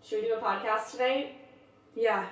Should we do a podcast tonight? Yeah.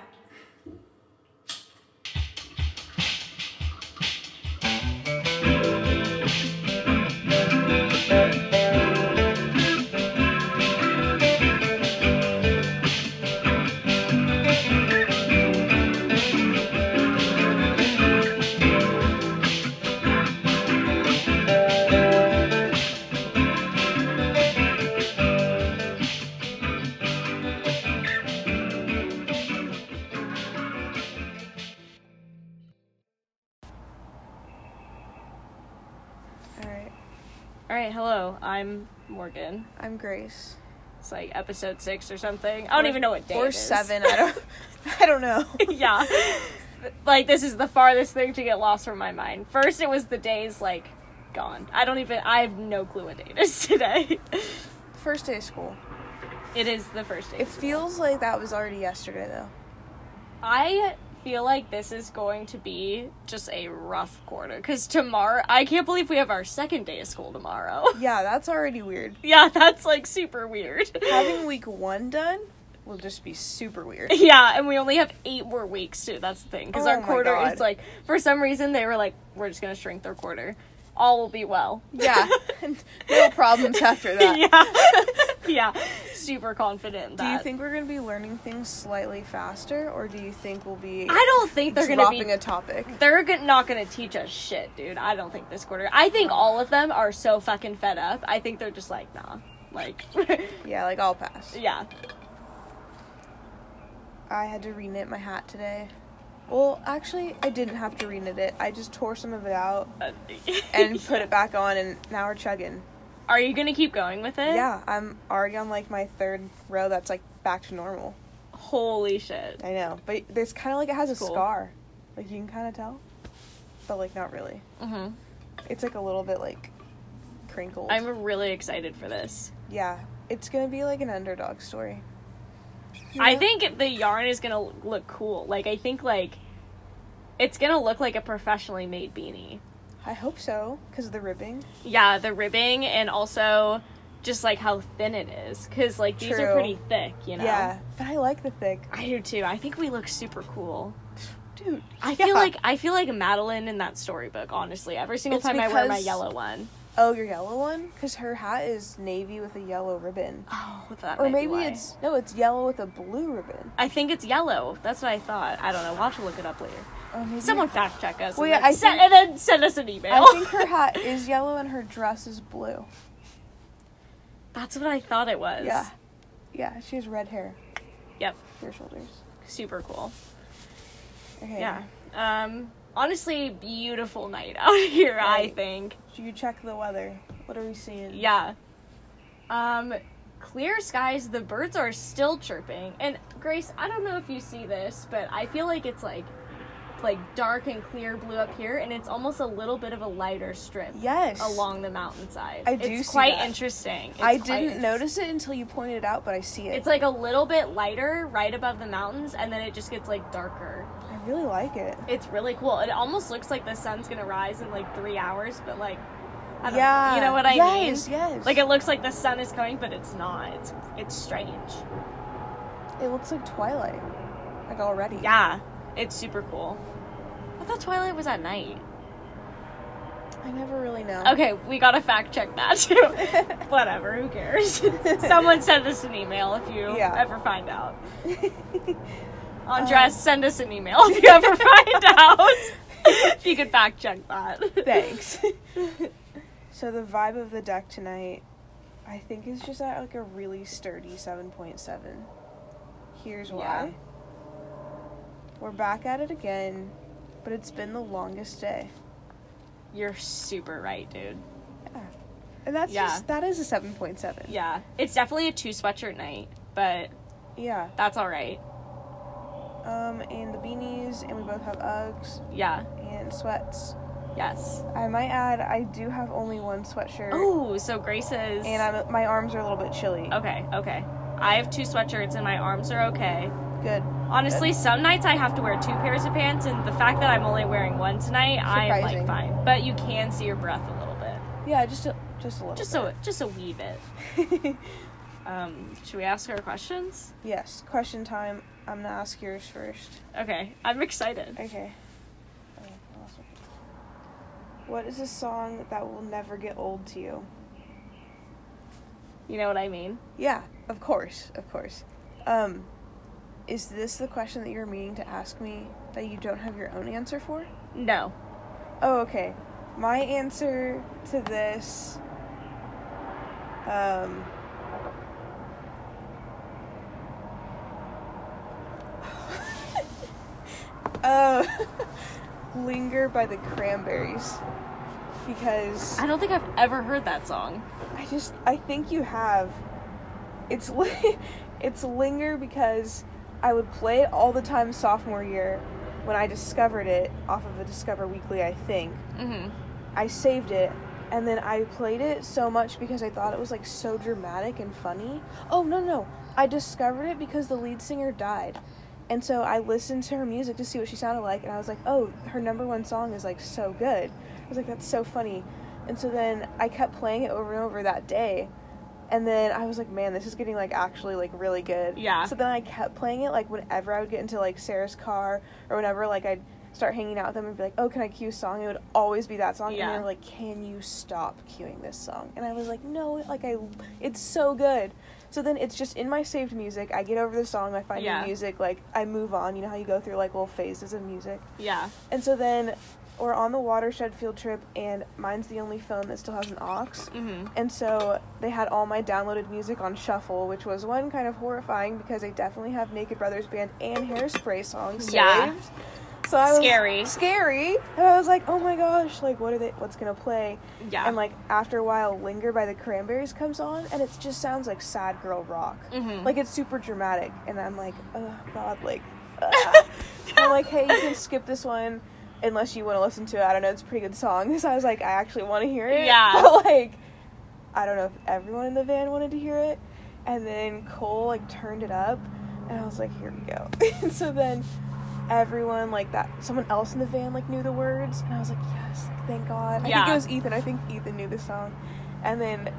All right. All right, hello. I'm Morgan. I'm Grace. It's like episode six or something. I don't Or- even know what day. Or it is. seven. I don't. I don't know. yeah. Like this is the farthest thing to get lost from my mind. First, it was the days like gone. I don't even. I have no clue what day it is today. First day of school. it is the first day. It feels like that was already yesterday though. I feel like this is going to be just a rough quarter because tomorrow I can't believe we have our second day of school tomorrow. Yeah, that's already weird. yeah, that's like super weird. Having week one done will just be super weird. yeah, and we only have eight more weeks too. That's the thing because Oh our my quarter God. is like for some reason they were like we're just gonna shrink their quarter. All will be well. Yeah. no problems after that. yeah, yeah. Super confident. Do you that- think we're gonna be learning things slightly faster, or do you think we'll be I don't think they're gonna dropping be a topic? they're go- not going to teach us shit, dude. I don't think this quarter. I think all of them are so fucking fed up. I think they're just like, nah. Like, Yeah, like I'll pass. yeah. I had to reknit my hat today. Well, actually, I didn't have to reknit it. I just tore some of it out and put it back on, and now we're chugging. Are you going to keep going with it? Yeah, I'm already on like my third row. That's like back to normal. Holy shit. I know, but it's kind of like it has a Cool. scar. Like you can kind of tell, but like not really. hmm It's like a little bit like crinkled. I'm really excited for this. yeah, it's gonna be like an underdog story. You I know? think the yarn is going to look cool. Like, I think, like, it's going to look like a professionally made beanie. I hope so because of the ribbing. Yeah, the ribbing and also just, like, how thin it is. Because, like, these are True. pretty thick, you know? Yeah, but I like the thick. I do too. I think we look super cool. Dude, I yeah. feel like I feel like Madeline in that storybook. Honestly, every single It's time I wear my because- yellow one. oh your yellow one because her hat is navy with a yellow ribbon, Oh, that. or might be maybe why. it's no, it's yellow with a blue ribbon. I think it's yellow. That's what I thought. I don't know. We'll have to look it up later. Or Oh, maybe Someone fact check us. Well, and, yeah, then I send, think- and then send us an email. I think her hat is yellow and her dress is blue. That's what I thought it was. Yeah. Yeah, she has red hair. Yep. Your shoulders. Super cool. Okay. Yeah. Um. Honestly, beautiful night out here. I Right. think. Should you check the weather? What are we seeing? Yeah. Um, clear skies, the birds are still chirping. And Grace, I don't know if you see this, but I feel like it's like like dark and clear blue up here and it's almost a little bit of a lighter strip Yes. along the mountainside. I do It's see quite that. interesting. It's I quite didn't interesting. notice it until you pointed it out, but I see it. It's like a little bit lighter right above the mountains and then it just gets like darker. I really like it. It's really cool. It almost looks like the sun's going to rise in like 3 hours, but like I don't yeah. know. You know what I mean? yes, Yes. Like it looks like the sun is coming, but it's not. It's it's strange. it looks like Twilight. Like already. Yeah, it's super cool. I thought Twilight was at night. I never really know. Okay, we gotta fact check that too. Whatever, who cares? Someone send us an email if you Yeah. ever find out. Andres, send us an email if you ever find out. if you could fact check that. Thanks. so the vibe of the deck tonight, I think is just at like a really sturdy 7.7. Here's why. Yeah. We're back at it again, but it's been the longest day. You're super right, dude. And that's Yeah. just that is a 7.7. Yeah, it's definitely a two sweatshirt night, but Yeah. that's all right. Um and the beanies and we both have Uggs Yeah. and sweats. Yes. I might add I do have only one sweatshirt. Oh, so Grace's. And I'm my arms are a little bit chilly. Okay, okay. I have two sweatshirts and my arms are okay. Good. Honestly, some nights I have to wear two pairs of pants, and the fact that I'm only wearing one tonight, I'm like Surprising. fine. But you can see your breath a little bit, Yeah, just a, just a little. just a just a wee bit. bit. Um, should we ask our questions? Yes, question time. I'm gonna ask yours first. Okay, I'm excited. Okay. Okay, awesome. What is a song that will never get old to you? You know what I mean? Yeah, of course, of course. Um, is this the question that you're meaning to ask me that you don't have your own answer for? No. Oh, okay. My answer to this, um, uh, linger by the cranberries because I don't think I've ever heard that song. I just I think you have. It's li- it's linger because I would play it all the time sophomore year when I discovered it off of a Discover Weekly, I think. Mm-hmm. I saved it and then I played it so much because I thought it was like so dramatic and funny. Oh no no. I discovered it because the lead singer died. And so I listened to her music to see what she sounded like and I was like, "Oh, her number one song is like so good." I was like, "That's so funny." And so then I kept playing it over and over that day. And then I was like, man, this is getting like actually like really good. Yeah. So then I kept playing it like whenever I would get into like Sarah's car or whenever like I'd start hanging out with them and be like, oh, can I cue a song? It would always be that song. And Yeah. they were like, can you stop cueing this song? And I was like, no, like I, it's so good. So then it's just in my saved music. I get over the song. I find Yeah. new music. Like I move on. You know how you go through like little phases of music. Yeah. And so then we're on the watershed field trip, and mine's the only phone that still has an aux. Mm-hmm. And so they had all my downloaded music on shuffle, which was one kind of horrifying because they definitely have Naked Brothers Band and Hairspray songs saved. Yeah. So I was Scary. Scary. And I was like, oh my gosh, like what are they? What's gonna play? Yeah. And like after a while, "Linger" by the Cranberries comes on, and it just sounds like sad girl rock. Mhm. Like it's super dramatic, and I'm like, oh god, like. ah." I'm like, hey, you can skip this one unless you want to listen to it. I don't know, it's a pretty good song. So I was like, I actually want to hear it. Yeah. But like, I don't know if everyone in the van wanted to hear it. And then Cole like turned it up, and I was like, here we go. and so then everyone like that someone else in the van like knew the words and i was like yes like, thank god i think Yeah. it was ethan i think ethan knew the song and then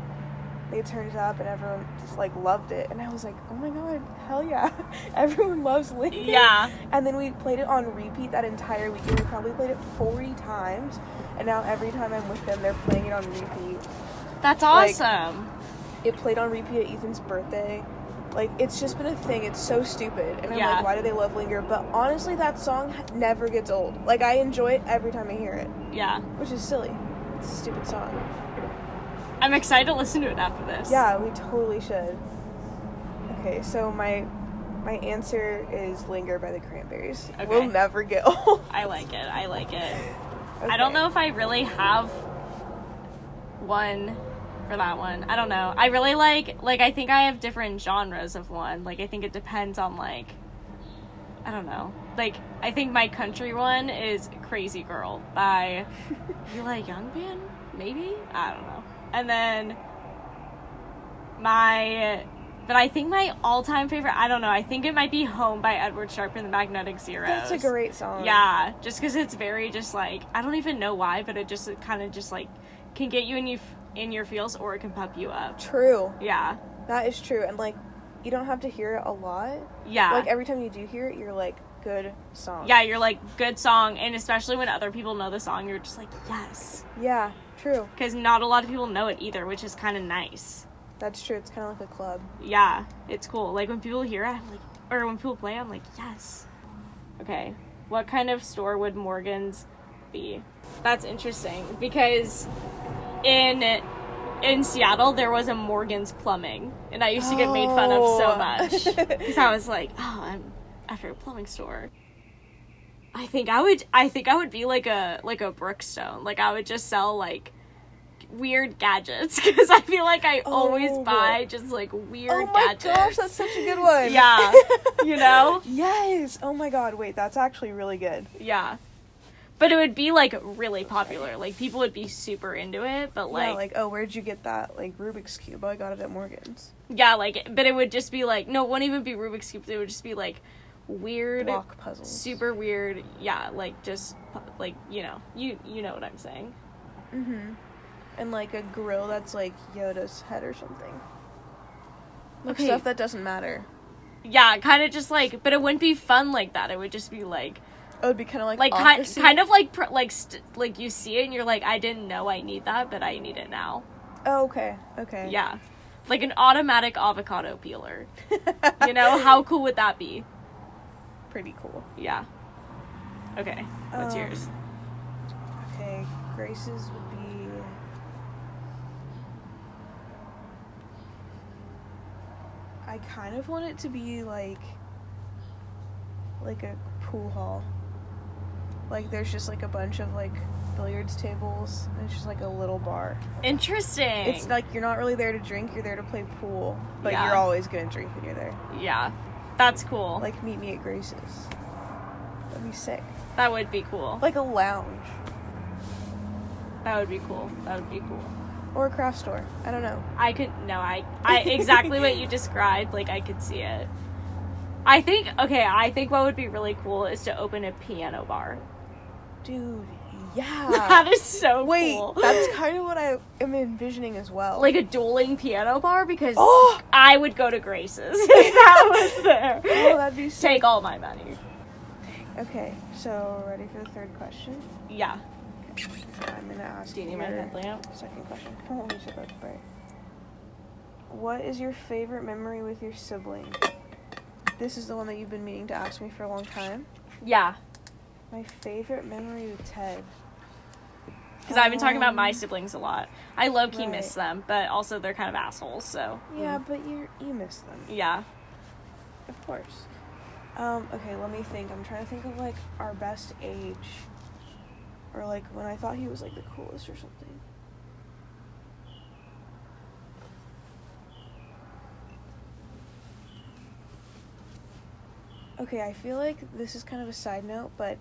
they turned it up and everyone just like loved it and i was like oh my god hell yeah everyone loves lincoln yeah. and then we played it on repeat that entire weekend we probably played it 40 times and now every time i'm with them they're playing it on repeat That's Like- awesome. it played on repeat at Ethan's birthday. Like it's just been a thing. It's so stupid, and I'm Yeah. like, why do they love Linger? But honestly, that song h- never gets old. Like I enjoy it every time I hear it, yeah. which is silly. It's a stupid song. I'm excited to listen to it after this. Yeah, we totally should. Okay, so my my answer is Linger by the Cranberries. Okay. We'll never get old. I like it. I like it. I Okay. don't know if I really have one for that one. I don't know. I really like like I think I have different genres of one. Like I think it depends on like I don't know. Like I think my country one is Crazy Girl by Eli Youngman, maybe? I don't know. And then my but I think my all-time favorite, I don't know. I think it might be Home by Edward Sharpe and the Magnetic Zeros. That's a great song. Yeah, just because it's very just like I don't even know why, but it just kind of just like can get you in you in your feels or it can pump you up. True. Yeah, That is true, and like you don't have to hear it a lot. yeah, Like eh every time you do hear it, you're like, good song. yeah. You're like good song, and especially when other people know the song, you're just like yes, Yeah. True. because not a lot of people know it either, which is kind of nice. That's true. It's kind of like a club. Yeah, it's cool. Like when people hear it, I'm like, or when people play, it, I'm like yes. Okay, what kind of store would Morgan's be? That's interesting because in in Seattle there was a Morgan's Plumbing, and I used to get made fun of so Oh. much because I was like, oh, I'm after a plumbing store. I think I would. I think I would be like a like a Brookstone. Like I would just sell like weird gadgets because I feel like I always Oh. buy just like weird Oh my gadgets. gosh, that's such a good one. Yeah. you know? Yes. Oh my god, wait, that's actually really good. Yeah. But it would be like really popular. Like people would be super into it, but like yeah, like, oh, where'd you get that? Like Rubik's Cube. Oh, I got it at Morgan's. yeah, like but it would just be like no, it wouldn't even be Rubik's cubes. It would just be like weird Block puzzles. super weird. Yeah, like just pu- like, you know, you you know what I'm saying. Mm-hmm. And like a grill that's like Yoda's head or something. Like Okay. stuff that doesn't matter. Yeah, kind of just like, but it wouldn't be fun like that. It would just be like, It would Oh, be kind of like like kind, opposite. kind of like pr- like st- like you see it and you're like, I didn't know I need that, but I need it now. Oh, okay. Okay. Yeah, like an automatic avocado peeler. You know how cool would that be? Pretty cool. Yeah. Okay. What's Um, yours? Okay, Grace's would be. I kind of want it to be like, like a pool hall. Like there's just like a bunch of like billiards tables. And it's just like a little bar. Interesting. It's like you're not really there to drink. You're there to play pool, but Yeah. you're always gonna drink when you're there. yeah, that's cool. Like Like meet me at Grace's. That'd be sick. that would be cool. Like a lounge That would be cool. That would be cool. or a craft store. I don't know. I could no, I I exactly what you described, like I could see it. I think okay, I think what would be really cool is to open a piano bar. Dude, yeah. that is so Ah. Wait, cool. that's kind of what I am envisioning as well. like a dueling piano bar because oh, I would go to Grace's if that was there. oh, that'd be sick. Take all my money. Okay, so ready for the third question? Yeah. I'm gonna ask. Do you need my your headlamp? Second question. Oh, these are both bright. What is your favorite memory with your sibling? This is the one that you've been meaning to ask me for a long time. Yeah. My favorite memory with Ted. Because I've been talking about my Um, siblings a lot. I low key right. miss them, but also they're kind of assholes, so. Yeah, but you you miss them. Yeah. Of course. Um, okay, let me think. I'm trying to think of like our best age. Or like when I thought he was like the coolest or something. Okay, I feel like this is kind of a side note, but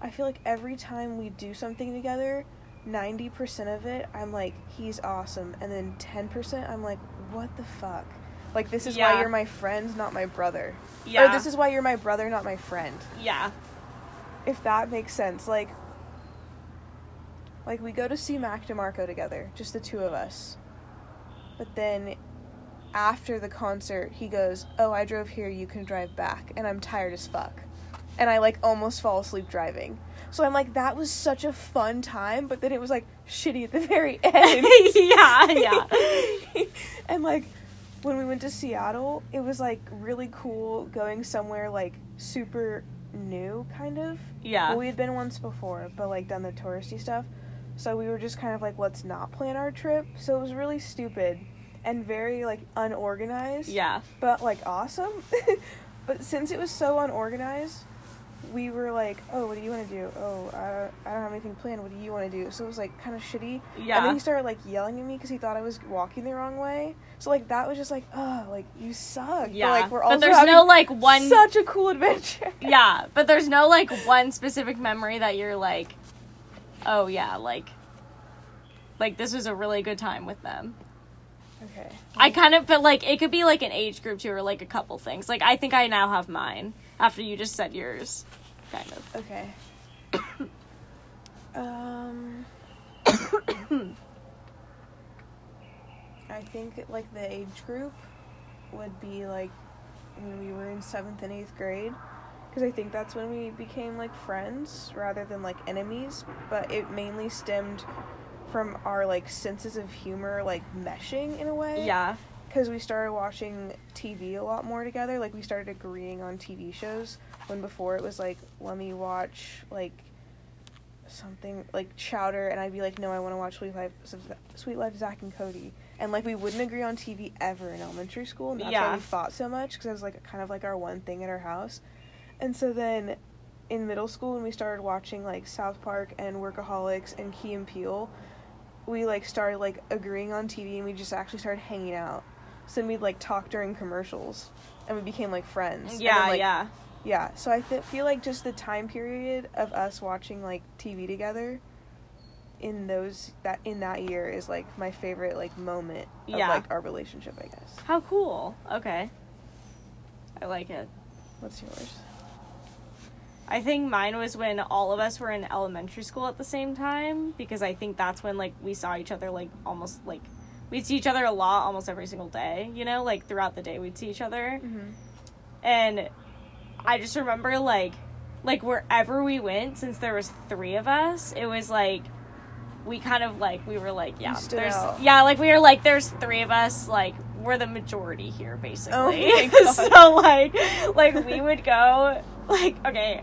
I feel like every time we do something together, 90% of it, I'm like, he's awesome. And then 10%, I'm like, what the fuck? Like, this is Yeah. why you're my friend, not my brother. Yeah. Or this is why you're my brother, not my friend. yeah. If that makes sense. Like, like we go to see Mac DeMarco together, just the two of us. But then after the concert, he goes, Oh, I drove here, you can drive back. And I'm tired as fuck. And I like almost fall asleep driving. So I'm like, That was such a fun time, but then it was like shitty at the very end. yeah, yeah. and like when we went to Seattle, it was like really cool going somewhere like super new, kind of. Yeah. Well, we had been once before, but like done the touristy stuff. So we were just kind of like, let's not plan our trip. So it was really stupid and very like unorganized. Yeah. But like awesome. but since it was so unorganized, we were like, oh, what do you want to do? Oh, I, I don't have anything planned. What do you want to do? So it was like kind of shitty. And Yeah. then he started like yelling at me because he thought I was walking the wrong way. So like that was just like, oh, like you suck. Yeah. But, like we're But also there's having no like one such a cool adventure. Yeah, but there's no like one specific memory that you're like oh yeah, like like this was a really good time with them. Okay. I kind of but like it could be like an age group too or like a couple things. Like I think I now have mine after you just said yours. Kind of. Okay. um. I think like the age group would be like when we were in seventh and eighth grade, because I think that's when we became like friends rather than like enemies. But it mainly stemmed from our like senses of humor like meshing in a way. Yeah. Because we started watching TV a lot more together. Like, we started agreeing on TV shows when before it was like, let me watch, like, something like Chowder, and I'd be like, no, I want to watch Sweet Life, Sweet Life, Zach and Cody. And, like, we wouldn't agree on TV ever in elementary school, and that's why Yeah. we fought so much, because it was, like, kind of like our one thing at our house. And so then in middle school, when we started watching, like, South Park and Workaholics and Key and Peele, we like started like agreeing on TV and we just actually started hanging out. So then we'd like talk during commercials and we became like friends. And Yeah, then, like, yeah. Yeah. So I th- feel like just the time period of us watching like TV together in those that in that year is like my favorite like moment of Yeah. like our relationship, I guess. How cool. Okay. I like it. What's yours? I think mine was when all of us were in elementary school at the same time because I think that's when like we saw each other like almost like we'd see each other a lot almost every single day, you know, like throughout the day we'd see each other. Mm-hmm. And I just remember like like wherever we went since there was 3 of us, it was like we kind of like we were like yeah, stood there's out. yeah, like we were like there's 3 of us like we're the majority here basically. Oh my God. so like like we would go like okay,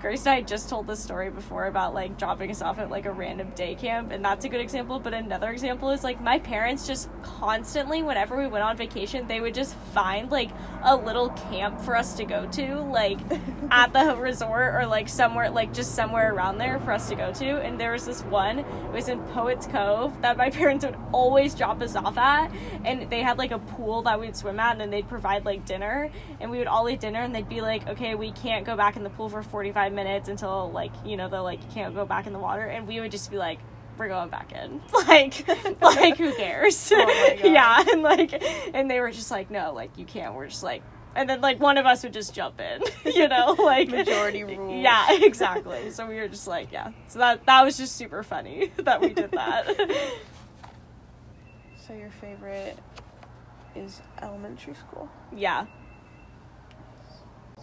Grace and I just told this story before about like dropping us off at like a random day camp, and that's a good example. But another example is like my parents just constantly, whenever we went on vacation, they would just find like a little camp for us to go to, like at the resort or like somewhere, like just somewhere around there for us to go to. And there was this one, it was in Poets Cove that my parents would always drop us off at, and they had like a pool that we'd swim at, and then they'd provide like dinner, and we would all eat dinner, and they'd be like, okay, we can't go back in the pool for 45 minutes until like you know they're like you can't go back in the water, and we would just be like. We're going back in, like, like who cares? Oh my God. yeah, and like, and they were just like, no, like you can't. We're just like, and then like one of us would just jump in, you know, like Majority rules. Yeah, exactly. So we were just like, yeah. So that that was just super funny that we did that. So your favorite is elementary school. yeah.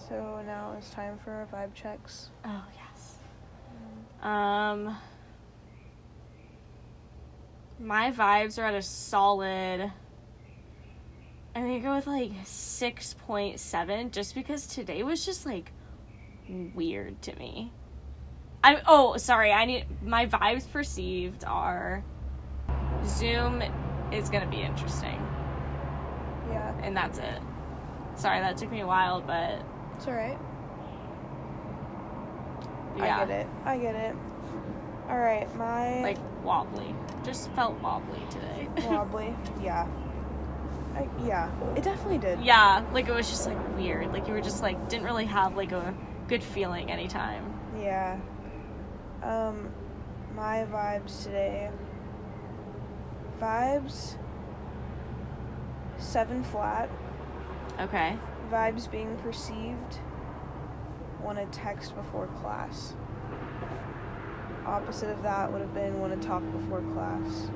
So now it's time for our vibe checks. Oh yes. Um my vibes are at a solid I'm gonna go with like six point seven just because today was just like weird to me. I oh sorry, I need my vibes perceived are Zoom is gonna be interesting. Yeah, And that's it. Sorry, that took me a while, but it's all right. yeah. I get it. I get it. All right, my like wobbly. Just felt wobbly today. wobbly. yeah. I, yeah, it definitely did. yeah, like it was just like weird. Like you were just like didn't really have like a good feeling anytime. Yeah. Um, my vibes today. Vibes. Seven flat. Okay. Vibes being perceived. Want to text before class. Opposite of that would have been want to talk before class,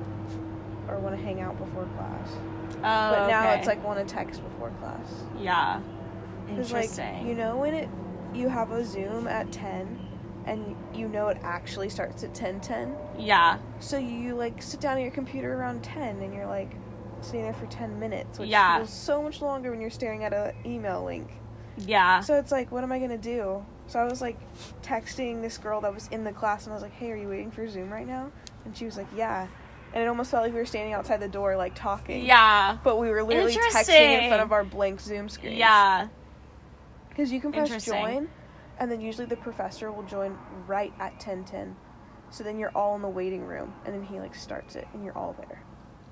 or want to hang out before class. Oh, but now okay. it's like want to text before class. yeah. 'Cause, Interesting. Like, you know when it you have a Zoom at ten, and you know it actually starts at ten ten. yeah. So you like sit down at your computer around ten, and you're like sitting there for ten minutes, which Yeah. feels so much longer when you're staring at an email link. Yeah. So it's like, what am I gonna do? So I was like texting this girl that was in the class, and I was like, hey, are you waiting for Zoom right now? And she was like, yeah. And it almost felt like we were standing outside the door, like talking. yeah. But we were literally texting in Interesting. front of our blank Zoom screens. Yeah. Because you can press Interesting. join, and then usually the professor will join right at ten ten. So then you're all in the waiting room, and then he like starts it, and you're all there.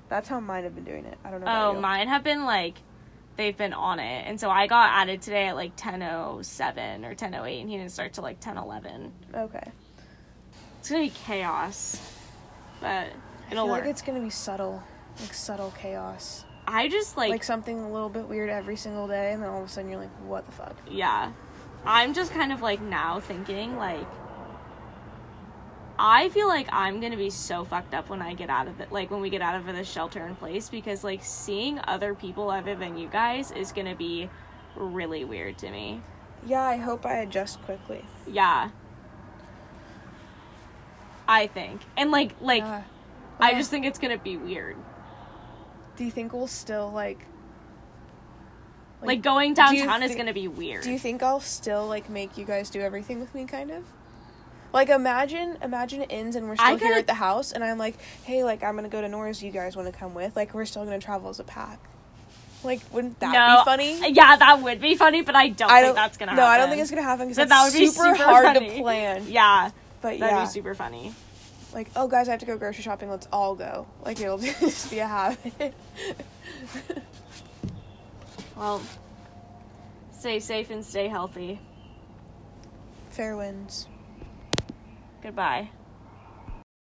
That's how mine have been doing it. I don't know. about Oh, you. mine have been like they've been on it. And so I got added today at like 10:07 or 10:08 and he didn't start till like 10:11. Okay. It's going to be chaos. But I it'll feel work. like it's gonna be subtle, like subtle chaos, I just like, like something a little bit weird every single day, and then all of a sudden you're like, what the fuck? yeah i'm just kind of like now thinking like i feel like i'm gonna be so fucked up when i get out of it like when we get out of the shelter in place because like seeing other people other than you guys is gonna be really weird to me Yeah, I hope I adjust quickly. yeah i think and like like Yeah. i Uh, Yeah. just think it's gonna be weird do you think we'll still like? like, Like, going do you downtown is thi- gonna be weird Do you think I'll still like make you guys do everything with me kind of? Like imagine imagine it ends and we're I still here gotta- at the house and I'm like, "Hey, like I'm going to go to Nora's, you guys want to come with?" Like we're still going to travel as a pack. Like wouldn't that be funny? yeah that would be funny but i don't I think don't that's gonna No, happen I don't think it's going to happen cuz But that would be super, super hard funny. to plan. yeah But That'd yeah. be super funny. like, "Oh guys, I have to go grocery shopping. Let's all go." Like it'll just be a habit. Well, stay safe and stay healthy. Fair winds. Goodbye.